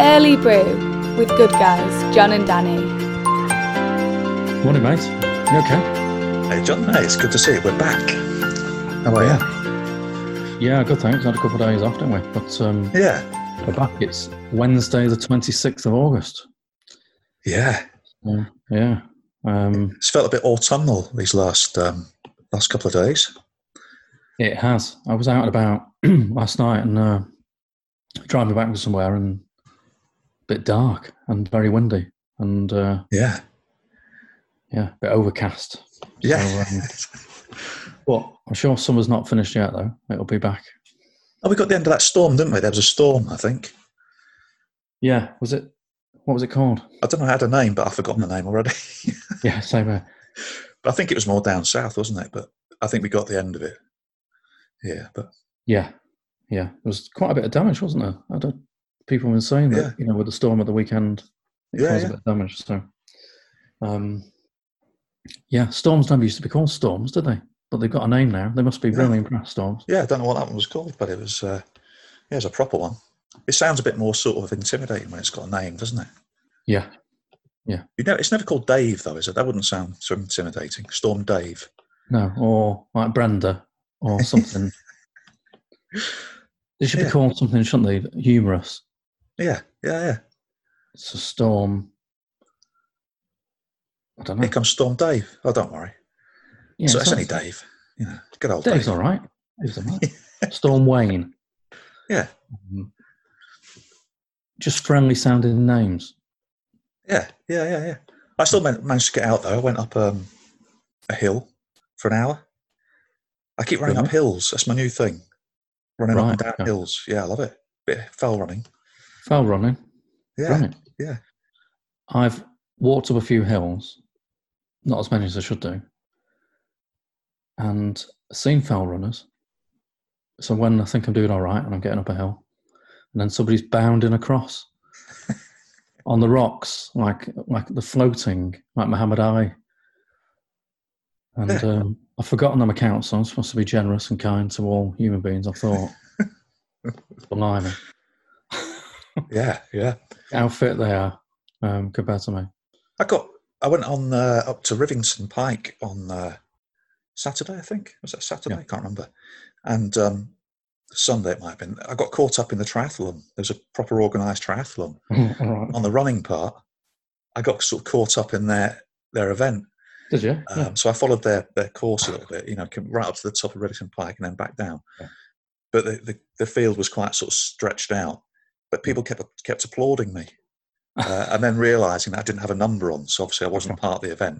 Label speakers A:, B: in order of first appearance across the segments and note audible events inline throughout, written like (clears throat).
A: Early Brew with good guys, John and Danny.
B: Morning, mate. You okay?
C: Hey, John, mate, it's good to see you. We're back. How are you?
B: Yeah, good thanks. Had a couple of days off, didn't we? But um,
C: Yeah.
B: we're back. It's Wednesday, the 26th of August.
C: Yeah.
B: Yeah. yeah. Um,
C: It's felt a bit autumnal these last um, last couple of days.
B: it has. I was out and about (clears throat) last night and uh, driving back from somewhere and a bit dark and very windy and uh,
C: Yeah.
B: yeah, a bit overcast. um,
C: Yeah.
B: But I'm sure summer's not finished yet, though. It'll be back.
C: oh, we got the end of that storm, didn't we? There was a storm, I think.
B: Yeah. Was it? What was it called? (laughs)
C: I don't know, I had a name, but I've forgotten the name already. (laughs)
B: Yeah, same here.
C: but I think it was more down south, wasn't it? But I think we got the end of it. Yeah. But
B: Yeah, yeah. There was quite a bit of damage, wasn't there? I don't, people were saying that
C: Yeah.
B: you know with the storm at the weekend, it
C: Yeah,
B: caused
C: yeah.
B: a bit of damage. So, um, yeah, storms never used to be called storms, did they? But they've got a name now. They must be
C: Yeah.
B: really impressed storms.
C: yeah, I don't know what that one was called, but it was, uh, yeah, it was a proper one. It sounds a bit more sort of intimidating when it's got a name, doesn't it?
B: Yeah,
C: You know, it's never called Dave, though, is it? That wouldn't sound so intimidating. Storm Dave.
B: no, or like Brenda
C: (laughs)
B: or something. they should
C: Yeah.
B: be called something, shouldn't they? Humorous.
C: Yeah, yeah, yeah.
B: It's a storm. I don't know.
C: Here comes Storm Dave. Oh, don't worry.
B: Hmm. Yeah,
C: so
B: it's
C: that's
B: not-
C: only Dave. You know, good old
B: Dave's
C: Dave.
B: all right. Dave's all right. Storm Wayne.
C: Yeah.
B: Um, just friendly sounding names.
C: Yeah, yeah, yeah, yeah. I still man- managed to get out though. I went up um, a hill for an hour. I keep running up
B: Right.
C: hills. That's my new thing. Running up and
B: Right,
C: down
B: okay.
C: hills. Yeah, I love it. Bit of fell running.
B: Fell running.
C: Yeah,
B: right.
C: yeah.
B: I've walked up a few hills, not as many as I should do, and seen fell runners. So when I think I'm doing all right and I'm getting up a hill, and then somebody's bounding
C: (laughs)
B: across on the rocks, like like the floating, like Muhammad Ali. And
C: Yeah.
B: um, I've forgotten I'm a council. I'm supposed to be generous and kind to all human beings. I
C: (laughs)
B: thought, blimey,
C: yeah, yeah.
B: how fit they are um, compared to me.
C: I got. I went on uh, up to Rivington Pike on uh, Saturday. I think was that Saturday? I can't remember. And um, Sunday it might have been. I got caught up in the triathlon. There's a proper organised triathlon.
B: (laughs) all right.
C: on the running part, I got sort of caught up in their their event.
B: Did you?
C: Um,
B: Yeah.
C: So I followed their their course a little bit, you know, came right up to the top of Reddington Pike and then back down.
B: Yeah.
C: But the, the, the field was quite sort of stretched out. But people kept kept applauding me, uh, and then realizing that I didn't have a number on, so obviously I wasn't part of the event.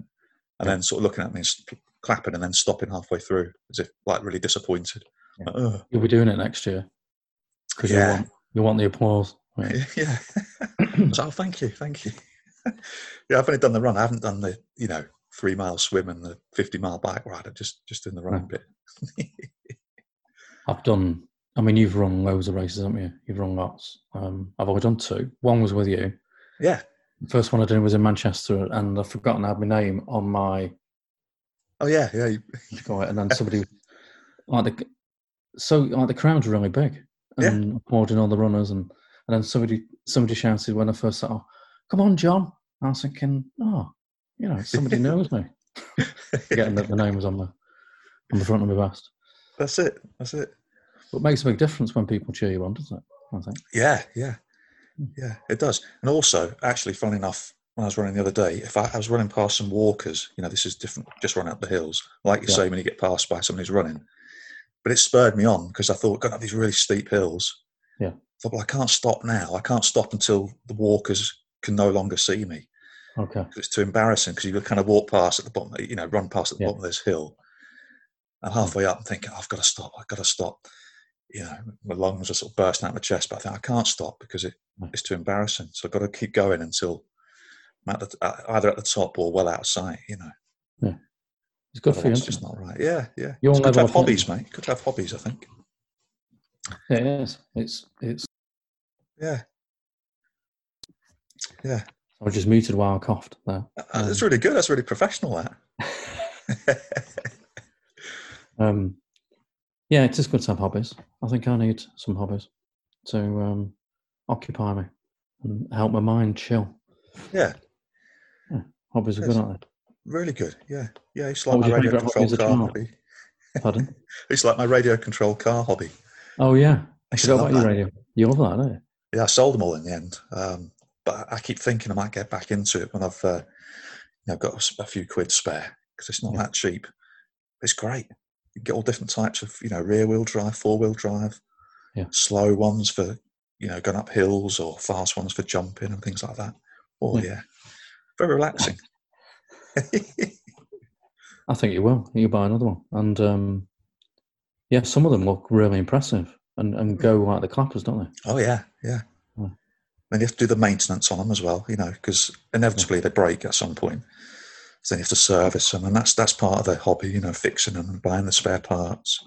C: And
B: Yeah.
C: then sort of looking at me, and st- clapping, and then stopping halfway through as if like really disappointed.
B: Yeah.
C: Like, "Ugh." (laughs)
B: You'll be doing it next year because
C: Yeah.
B: you want you want the applause. Right.
C: yeah. I was like, oh, thank you, thank you. (laughs) yeah, I've only done the run. I haven't done the, you know, three mile swim and the 50 mile bike ride. I'm just, just doing the running bit.
B: I've done. I mean, you've run loads of races, haven't you? You've run lots. Um, I've only done two. One was with you.
C: Yeah.
B: The first one I did was in Manchester, and I've forgotten I had my name on my.
C: Oh, yeah, yeah. you- (laughs)
B: what do you call it? And then somebody, like the, so like the crowd's really big,
C: Yeah.
B: and applauding all the runners, and and then somebody somebody shouted when I first set off, "Come on, John!" I was thinking, oh, you know,
C: (laughs)
B: somebody knows me. forgetting that the name was on the on the front of my vest.
C: That's it. That's it.
B: But it makes a big difference when people cheer you on, doesn't it? I think.
C: Yeah, yeah. Yeah, it does. And also, actually, funnily enough, when I was running the other day, if I, I was running past some walkers, you know, this is different, just running up the hills. Like you
B: Yeah.
C: say, when you get passed by someone who's running. But it spurred me on because I thought, going up these really steep hills.
B: Yeah.
C: thought, well, I can't stop now. I can't stop until the walkers can no longer see me.
B: Okay.
C: 'Cause It's too embarrassing because you kind of walk past at the bottom, you know, run past at the
B: Yeah. Mm.
C: bottom of this hill. And halfway up, I'm thinking, I've got to stop. I've got to stop. You know, my lungs are sort of bursting out of my chest, but I think I can't stop because it,
B: Mm.
C: it's too embarrassing. So I've got to keep going until I'm at the, uh, either at the top or well out of sight, you know.
B: It's good for you.
C: Otherwise It's
B: Isn't
C: just
B: it?
C: not right. Yeah, yeah.
B: Your
C: It's good
B: level
C: to have
B: of
C: hobbies, mate. Good to have hobbies, I think.
B: Yeah, it is. It's it's.
C: Yeah. Yeah.
B: I was just muted while I coughed there.
C: Uh, That's really good. That's really professional, that.
B: (laughs) Um, yeah, it is good to have hobbies. I think I need some hobbies to um, occupy me. and help my mind chill.
C: (laughs) Yeah,
B: Hobbies are
C: Yes.
B: good, aren't
C: really good. Yeah, yeah. It's
B: What
C: like
B: was
C: my
B: your
C: radio
B: favourite hobby as
C: controlled
B: a
C: car
B: child?
C: hobby.
B: they? Pardon?
C: It's like my radio controlled car hobby.
B: oh yeah,
C: I
B: I
C: used to
B: forgot
C: love
B: about your
C: that.
B: radio. You love that, don't you?
C: Yeah, I sold them all in the end. Um, but I I keep thinking I might get back into it when I've uh, you know, got a s- a few quid spare because it's not
B: Yeah.
C: that cheap. It's great. You get all different types of you know rear wheel drive, four wheel drive,
B: Yeah.
C: slow ones for you know going up hills or fast ones for jumping and things like that. Oh yeah,
B: Yeah.
C: very relaxing.
B: (laughs) I think you will. You buy another one, and um, yeah, some of them look really impressive and, and go like the clappers, don't they?
C: oh yeah, yeah.
B: Mm.
C: Then you have to do the maintenance on them as well, you know, because inevitably they break at some point. So then you have to service them, and that's that's part of the hobby, you know, fixing them and buying the spare parts.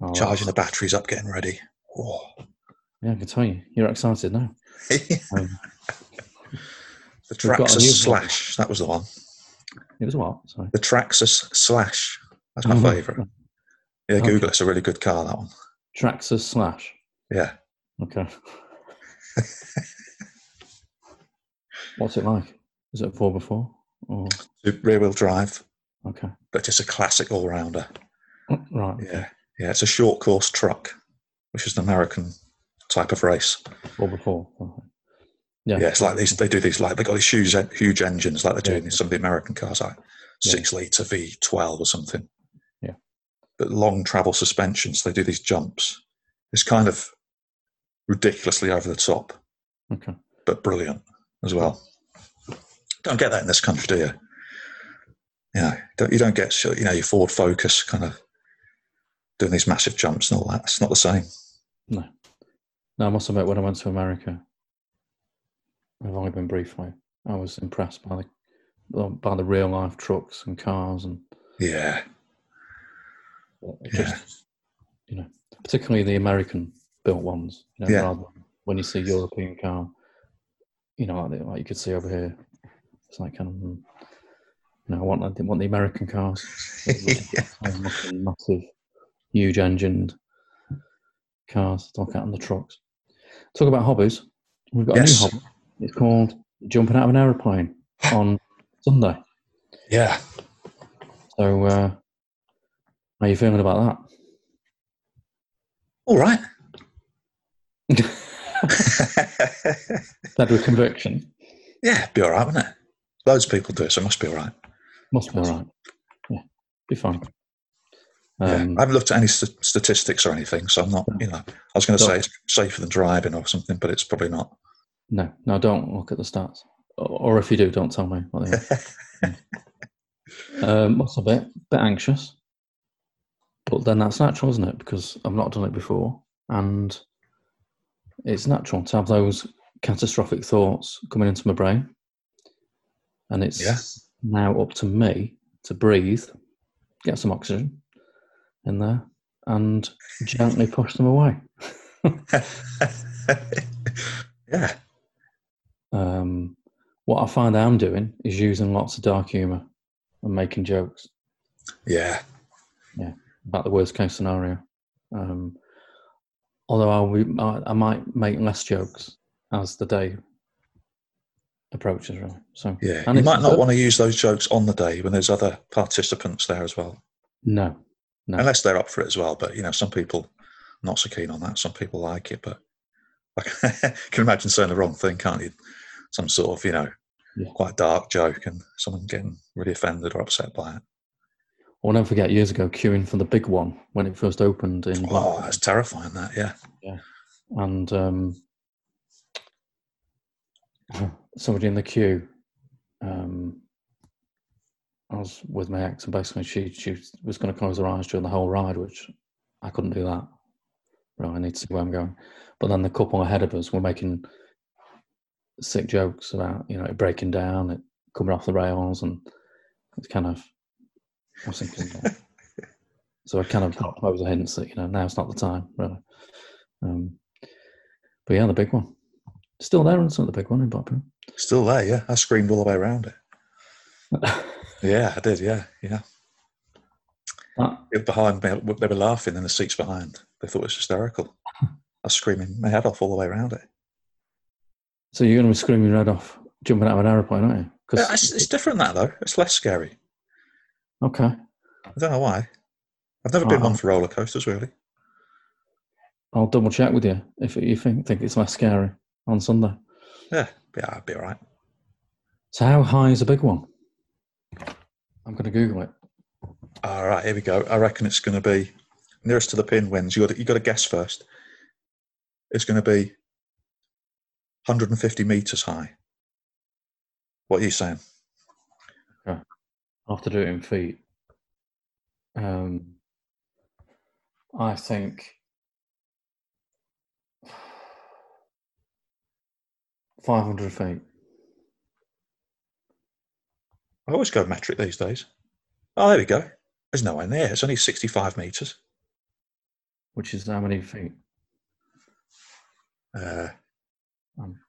B: Oh,
C: charging the
B: that's-
C: batteries up, getting ready. Oh.
B: Yeah, I can tell you, you're excited now.
C: (laughs) the
B: Um, got a
C: Traxxas
B: new one.
C: Slash, that was the one.
B: It was what? Sorry.
C: The Traxxas Slash, that's my
B: Oh,
C: favourite. Yeah,
B: Okay.
C: Google, it. it's a really good car, that one.
B: Traxxas slash.
C: Yeah. (laughs)
B: Okay. What's it like? Is it four before? Or
C: Rear wheel drive,
B: okay, (clears throat)
C: but just a classic all rounder.
B: Oh, right? okay.
C: Yeah. Yeah, it's a short course truck, which is an American type of race.
B: Four before. okay.
C: Yeah, it's like these, they do these, like, they've got these huge, huge engines like they do
B: Yeah.
C: in some of the American cars, like
B: Yeah.
C: six litre V12 or something.
B: Yeah.
C: But long travel suspensions, they do these jumps. It's kind of ridiculously over the top,
B: Okay.
C: but brilliant as well. Don't get that in this country, do you? You know, don't, you don't get, so- you know, your Ford Focus kind of doing these massive jumps and all that. It's not the same.
B: Now I must admit, when I went to America, I've only been briefly. I was impressed by the well, by the real life trucks and cars, and
C: Yeah.
B: it just you know, particularly the American built ones. You know,
C: Yeah.
B: rather than when you see European car, you know, like, the- like you could see over here, it's like kind of. mm, You know, I want I didn't want the American cars. (laughs)
C: yeah.
B: Those Massive, massive, huge engined cars to look at on the trucks. Talk about hobbies. We've got
C: Yes.
B: a new hobby. It's called jumping out of an aeroplane on Sunday.
C: Yeah.
B: So, uh, how are you feeling about
C: All right. (laughs)
B: that? (laughs) Said with conviction.
C: yeah, be all right, wouldn't it? Loads of people do it, so it must be all right.
B: Must be all right. Yeah, be fine.
C: Yeah.
B: Um,
C: I haven't looked at any st- statistics or anything, so I'm not, you know, I was going to
B: No.
C: say it's safer than driving or something, but it's
B: (laughs)
C: probably not.
B: no, no, don't look at the stats. Or, or if you do, don't tell me what they are. Um, what's a bit bit anxious, but then that's natural, isn't it? Because I've not done it before, and it's natural to have those catastrophic thoughts coming into my brain, and it's
C: Yeah.
B: now up to me to breathe, get some oxygen in there, and gently push them away.
C: yeah.
B: Um, what I find I'm doing is using lots of dark humour and making jokes.
C: Yeah.
B: about the worst case scenario. Um, although I, we, I, I might make less jokes as the day approaches, really. So
C: Yeah.
B: And
C: you
B: it's
C: might not
B: good.
C: want to use those jokes on the day when there's other participants there as well,
B: no, no,
C: unless they're up for it as well. But, you know, some people not so keen on that. Some people like it, but (laughs) like, (laughs) you can imagine saying the wrong thing, can't you? Some sort of, you know,
B: Yeah.
C: quite dark joke and someone getting really offended or upset by it.
B: I'll never forget years ago queuing for the big one when it first opened in
C: Oh,
B: Blackpool.
C: that's terrifying, that. Yeah.
B: and um, (laughs) somebody in the queue. Um, I was with my ex, and basically she she was going to close her eyes during the whole ride, which I couldn't do that. Right, I need to see where I'm going. But then the couple ahead of us were making sick jokes about you know it breaking down, it coming off the rails, and it's kind of I was thinking. (laughs) "Oh." so I kind of dropped those hints that you know now's not the time really. Um, but yeah, the big one. Still there, isn't it? The big one in Blackpool.
C: Still there, yeah. I screamed all the way around it. Yeah, I did. Yeah, yeah.
B: That-
C: People behind me, they were laughing in the seats behind. They thought it was hysterical. I was screaming my head off all the way around it.
B: So you're going to be screaming your head off, jumping out of an aeroplane, aren't you?
C: Uh, It's, it's different that though. It's less scary.
B: okay,
C: I don't know why. I've never been
B: Uh-huh.
C: one for roller coasters really.
B: I'll double check with you if you think think it's less scary on Sunday.
C: Yeah, yeah, I'd be all right.
B: So how high is a big one? I'm going to Google it.
C: All right, here we go. I reckon it's going to be nearest to the pin wins. You got you got to guess first. It's going to be 150 meters high. What are you saying?
B: I have to do it in feet. Um, I think (sighs) five hundred feet.
C: I always go metric these days. Oh, there we go. There's nowhere near. It's only 65 meters.
B: Which is how many feet?
C: Uh,
B: Um.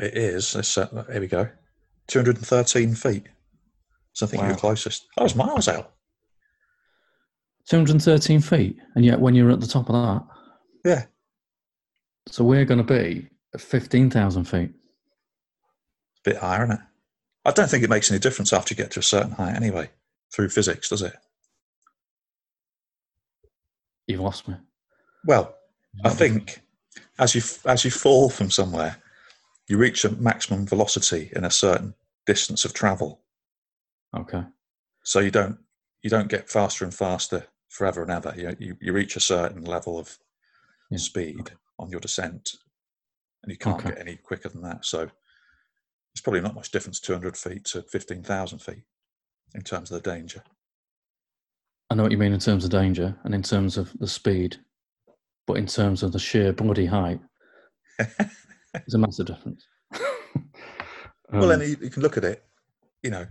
C: it is. It's, uh, here we go. 213 feet. So I think you're
B: Wow.
C: closest. I was miles out.
B: Two hundred and thirteen feet. And yet, when you're at the top of that,
C: Yeah.
B: so we're going to be at fifteen thousand feet.
C: It's a bit higher, isn't it? I don't think it makes any difference after you get to a certain height anyway, through physics, does it?
B: You've lost me.
C: Well, I think as you f- as you fall from somewhere, you reach a maximum velocity in a certain distance of travel.
B: Okay.
C: so you don't you don't get faster and faster forever and ever you you, you reach a certain level of
B: Yeah.
C: speed on your descent and you can't
B: Okay.
C: get any quicker than that so it's probably not much difference 200 feet to 15000 feet in terms of the danger
B: I know what you mean in terms of danger and in terms of the speed, but in terms of the sheer bloody
C: (laughs)
B: height, it's a massive difference.
C: well
B: Um,
C: then you, you can look at it you know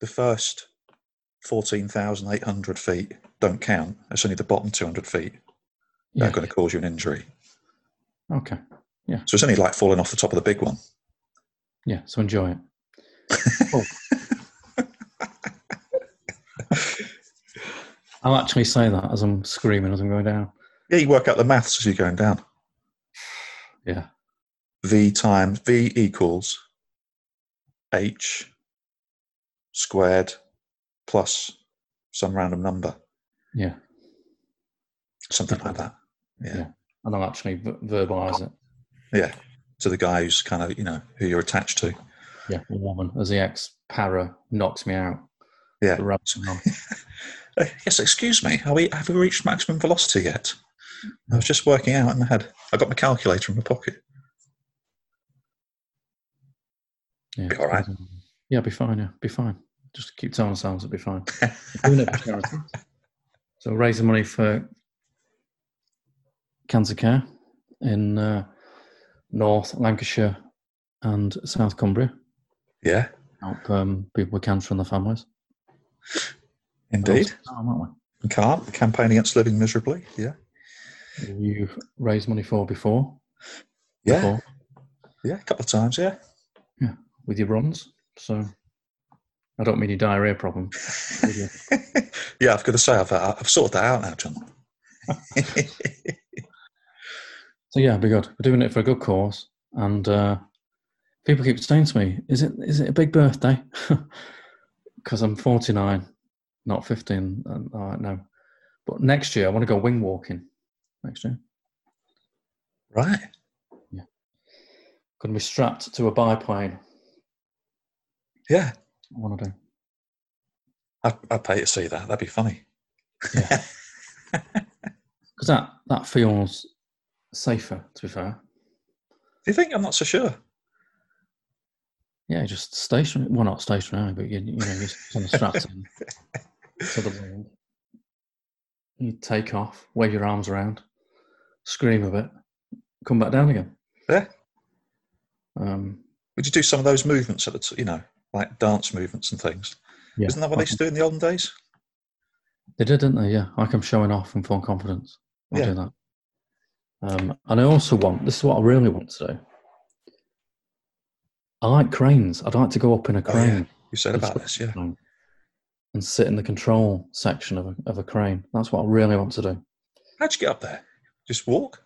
C: the first 14800 feet don't count it's only the bottom 200 feet that
B: yeah,
C: are going to cause you an injury
B: Okay.
C: so it's only like falling off the top of the big one
B: Yeah. So enjoy
C: (laughs)
B: it. I'll actually say that as I'm screaming as I'm going down.
C: yeah you work out the maths as you're going down
B: Yeah.
C: v times v equals h squared plus some random number,
B: Yeah.
C: something like that.
B: And I'll actually v- verbalise it.
C: Yeah, to the guy who's kind of you know who you're attached to.
B: Yeah. The woman, as the ex para knocks me out.
C: Yeah.
B: The rabbit's
C: (laughs)
B: mum.
C: Uh, yes, excuse me. Are we have we reached maximum velocity yet? I was just working out in my head. I got my calculator in my pocket.
B: Yeah.
C: Be all right.
B: Yeah, be fine. Yeah, be fine. Just keep telling ourselves it'll be
C: (laughs)
B: fine. We're doing it for charity. So raising money for cancer care in uh, North Lancashire and South Cumbria.
C: Yeah,
B: Help um, people with cancer and their families.
C: indeed.
B: Oh, aren't
C: Can't campaign against living miserably. Yeah,
B: we? You've raised money for before.
C: yeah,
B: Before
C: yeah. A couple of times. Yeah.
B: with your runs. So I don't mean your diarrhea problem. with your-
C: (laughs) yeah, I've got to say I've uh, I've sorted that out now, John.
B: So yeah, it'd be good. We're doing it for a good cause, and uh, people keep saying to me, "Is it is it a big birthday?" (laughs) Because I'm 49, not 15. And I know, but next year I want to go wing walking. Next year,
C: (laughs) right.
B: going to be strapped to a biplane.
C: Yeah.
B: I want to do.
C: I'd, I'd pay to see that. That'd be funny.
B: because that that feels safer. To be fair,
C: Do you think? I'm not so sure.
B: yeah, just stationary. Well, not stationary, but you, you know, you're kind of strapped in to the wind. You take off, wave your arms around, scream a bit, come back down again.
C: Yeah.
B: Um,
C: Would you do some of those movements at the, t- you know, like dance movements and things?
B: Yeah.
C: Isn't that what they used to do in the olden days?
B: they did, didn't they? Yeah, like I'm showing off and full confidence. I'll
C: Yeah.
B: do that. Um, and I also want this is what I really want to do. I like cranes. I'd like to go up in a
C: Oh, yeah.
B: crane.
C: You said
B: and
C: about
B: stuff
C: this, yeah.
B: like that, And sit in the control section of a, of a crane. That's what I really want to do.
C: How'd you get up there? Just walk?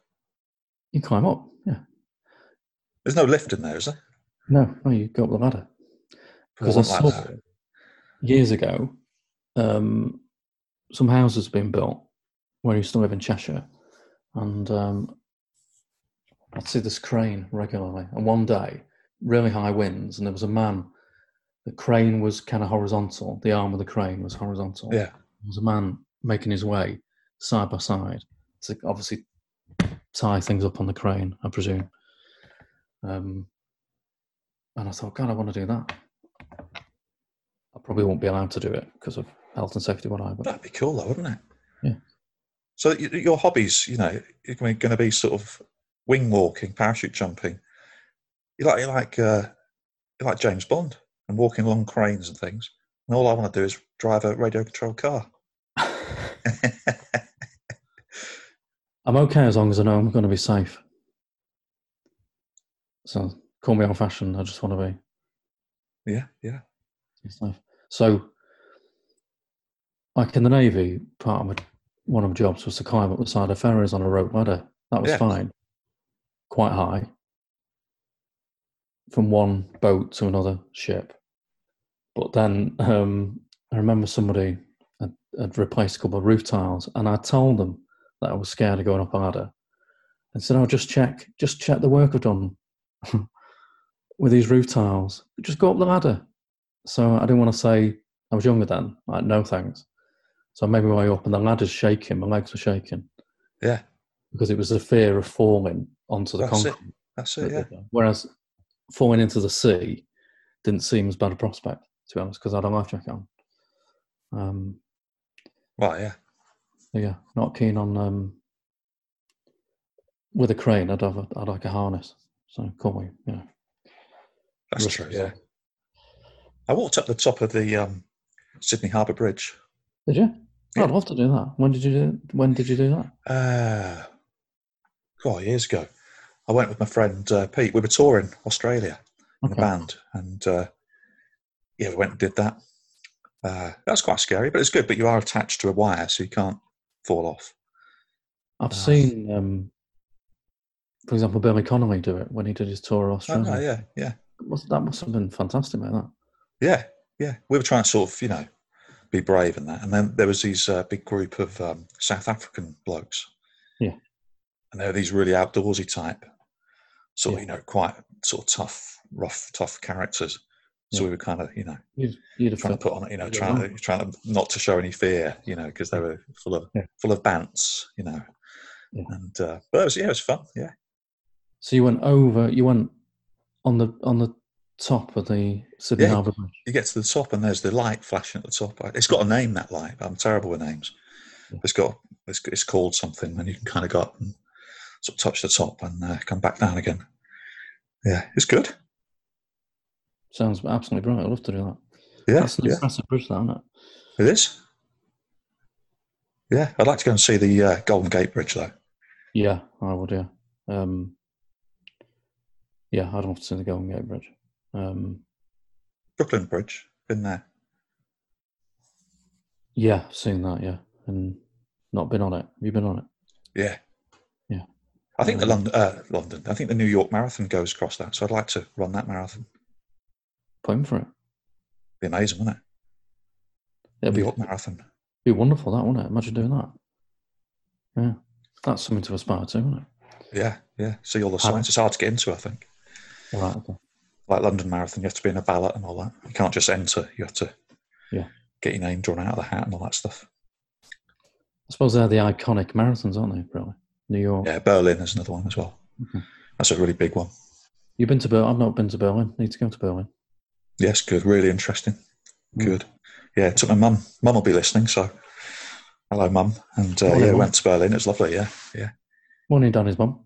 B: You climb up. Yeah.
C: There's no lift in there, is there?
B: No, no, you go up the ladder. Because I
C: Wasn't
B: saw
C: like that.
B: years ago, um, some houses have been built where I used to live in Cheshire, and um, I'd see this crane regularly. And one day, really high winds, and there was a man. The crane was kind of horizontal. The arm of the crane was horizontal.
C: Yeah.
B: There was a man making his way side by side to obviously tie things up on the crane, I presume. Um, and I thought, God, I want to do that. I probably won't be allowed to do it because of health and safety, what I but
C: That'd be cool, though, wouldn't it?
B: Yeah.
C: So y- your hobbies, you know, you're going to be sort of wing walking, parachute jumping. You like you like uh, you like James Bond and walking along cranes and things. And all I want to do is drive a radio controlled car. (laughs)
B: I'm okay as long as I know I'm going to be safe. So call me old fashioned. I just want to be.
C: yeah, yeah.
B: It's nice. So, like in the navy, part of my, one of my jobs was to climb up the side of ferries on a rope ladder. That was
C: Yeah.
B: fine, quite high, from one boat to another ship. But then um, I remember somebody had, had replaced a couple of roof tiles, and I told them that I was scared of going up a ladder, and said, "Oh, just check, just check the work I've done (laughs) with these roof tiles. Just go up the ladder." So I didn't want to say I was younger then. Like, no thanks. So I made my way up, and the ladder's shaking. My legs were shaking.
C: Yeah.
B: Because it was the fear of falling onto the
C: That's it,
B: concrete.
C: That's it. Yeah,
B: Whereas falling into the sea didn't seem as bad a prospect, to be honest, because I had a life jacket on. Um,
C: well, yeah.
B: so yeah, not keen on um, with a crane. I'd have a, I'd like a harness. So call me, you know.
C: That's
B: risk-
C: true. Yeah. I walked up the top of the um, Sydney Harbour Bridge.
B: Did you? Oh,
C: Yeah.
B: I'd love to do that. When did you do? When did you do that?
C: Uh, God, years ago, I went with my friend uh, Pete. We were touring Australia in a
B: Okay.
C: band, and uh, yeah, we went and did that. Uh, that's quite scary, but it's good. But you are attached to a wire, so you can't fall off.
B: I've
C: Ah.
B: seen, um, for example, Billy Connolly do it when he did his tour of
C: Oh,
B: Australia.
C: no, yeah, yeah,
B: Must- that must have been fantastic, mate. That
C: yeah, yeah. We were trying to sort of, you know, be brave and that. And then there was these uh, big group of um, South African blokes.
B: Yeah.
C: And they were these really outdoorsy type, sort
B: Yeah.
C: of, you know, quite sort of tough, rough, tough characters. So
B: Yeah.
C: we were kind of, you know,
B: you'd, you'd have
C: trying to
B: felt-
C: put on, you know,
B: Yeah.
C: trying to trying to not to show any fear, you know, because they were full of
B: Yeah.
C: full of bants, you know,
B: Yeah.
C: and uh, but it was yeah, it was fun, yeah,
B: So you went over. You went on the on the top of the Sydney
C: Yeah.
B: Harbour Bridge.
C: you get to the top and there's the light flashing at the top. It's got a name that light. I'm terrible with names.
B: Yeah.
C: It's got it's, it's called something, and you can kind of go up and sort of touch the top and uh, come back down again. Yeah, it's good.
B: Sounds absolutely brilliant. I'd love to do that.
C: Yeah,
B: That's an
C: yeah,
B: impressive bridge, that, isn't it?
C: it is. Yeah, I'd like to go and see the uh, Golden Gate Bridge though.
B: Yeah, I would. Yeah, um, yeah. I'd love to see the Golden Gate Bridge. Um,
C: Brooklyn Bridge, been there.
B: yeah, seen that. Yeah, and not been on it. Have you been on it?
C: Yeah.
B: Yeah.
C: I think the
B: Um,
C: London, uh, London. I think the New York Marathon goes across that, so I'd like to run that marathon.
B: Playing for it.
C: Be amazing, wouldn't it?
B: It'd
C: New
B: be
C: York Marathon.
B: Be wonderful, that wouldn't it? Imagine doing that. Yeah, that's something to aspire to, isn't it?
C: Yeah, yeah. See all the
B: How-
C: signs. It's hard to get into. I think
B: All right. Okay.
C: like London Marathon, you have to be in a ballot and all that. You can't just enter. You have to
B: Yeah.
C: get your name drawn out of the hat and all that stuff.
B: I suppose they're the iconic marathons, aren't they? Really, New York.
C: Yeah, Berlin is another one as well.
B: Mhm.
C: That's a really big one.
B: You've been to Berlin. I've not been to Berlin. Need to go to Berlin.
C: Yes, good. Really interesting.
B: Mm.
C: Good. Yeah, took my mum. Mum will be listening, so hello, mum. And uh,
B: Hello,
C: yeah,
B: Mum.
C: went to Berlin. It was lovely. Yeah, yeah.
B: Morning, Danny's mum.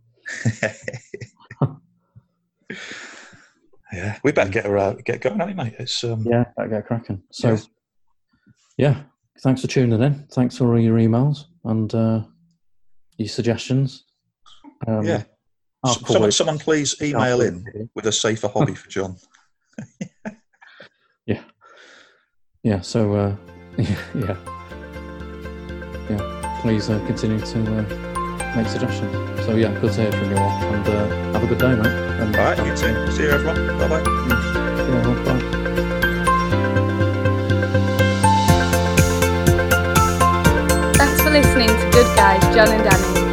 C: yeah, we better get her, uh, get going, haven't we, mate? It's um,
B: Yeah, that get cracking. So,
C: Yeah.
B: yeah, thanks for tuning in. Thanks for all your emails and uh, your suggestions. Um,
C: yeah.
B: I'll
C: S- someone,
B: probably-
C: someone, please email in with a safer hobby for John.
B: Yeah. So, uh, (laughs) yeah, yeah. Please uh, continue to uh, make suggestions. So yeah, good to hear from you all, and uh, have a good day, mate. And uh,
C: All right, you too. See you, everyone. Bye bye.
B: yeah, well, bye.
A: Thanks for listening to Good Guys, John and Danny.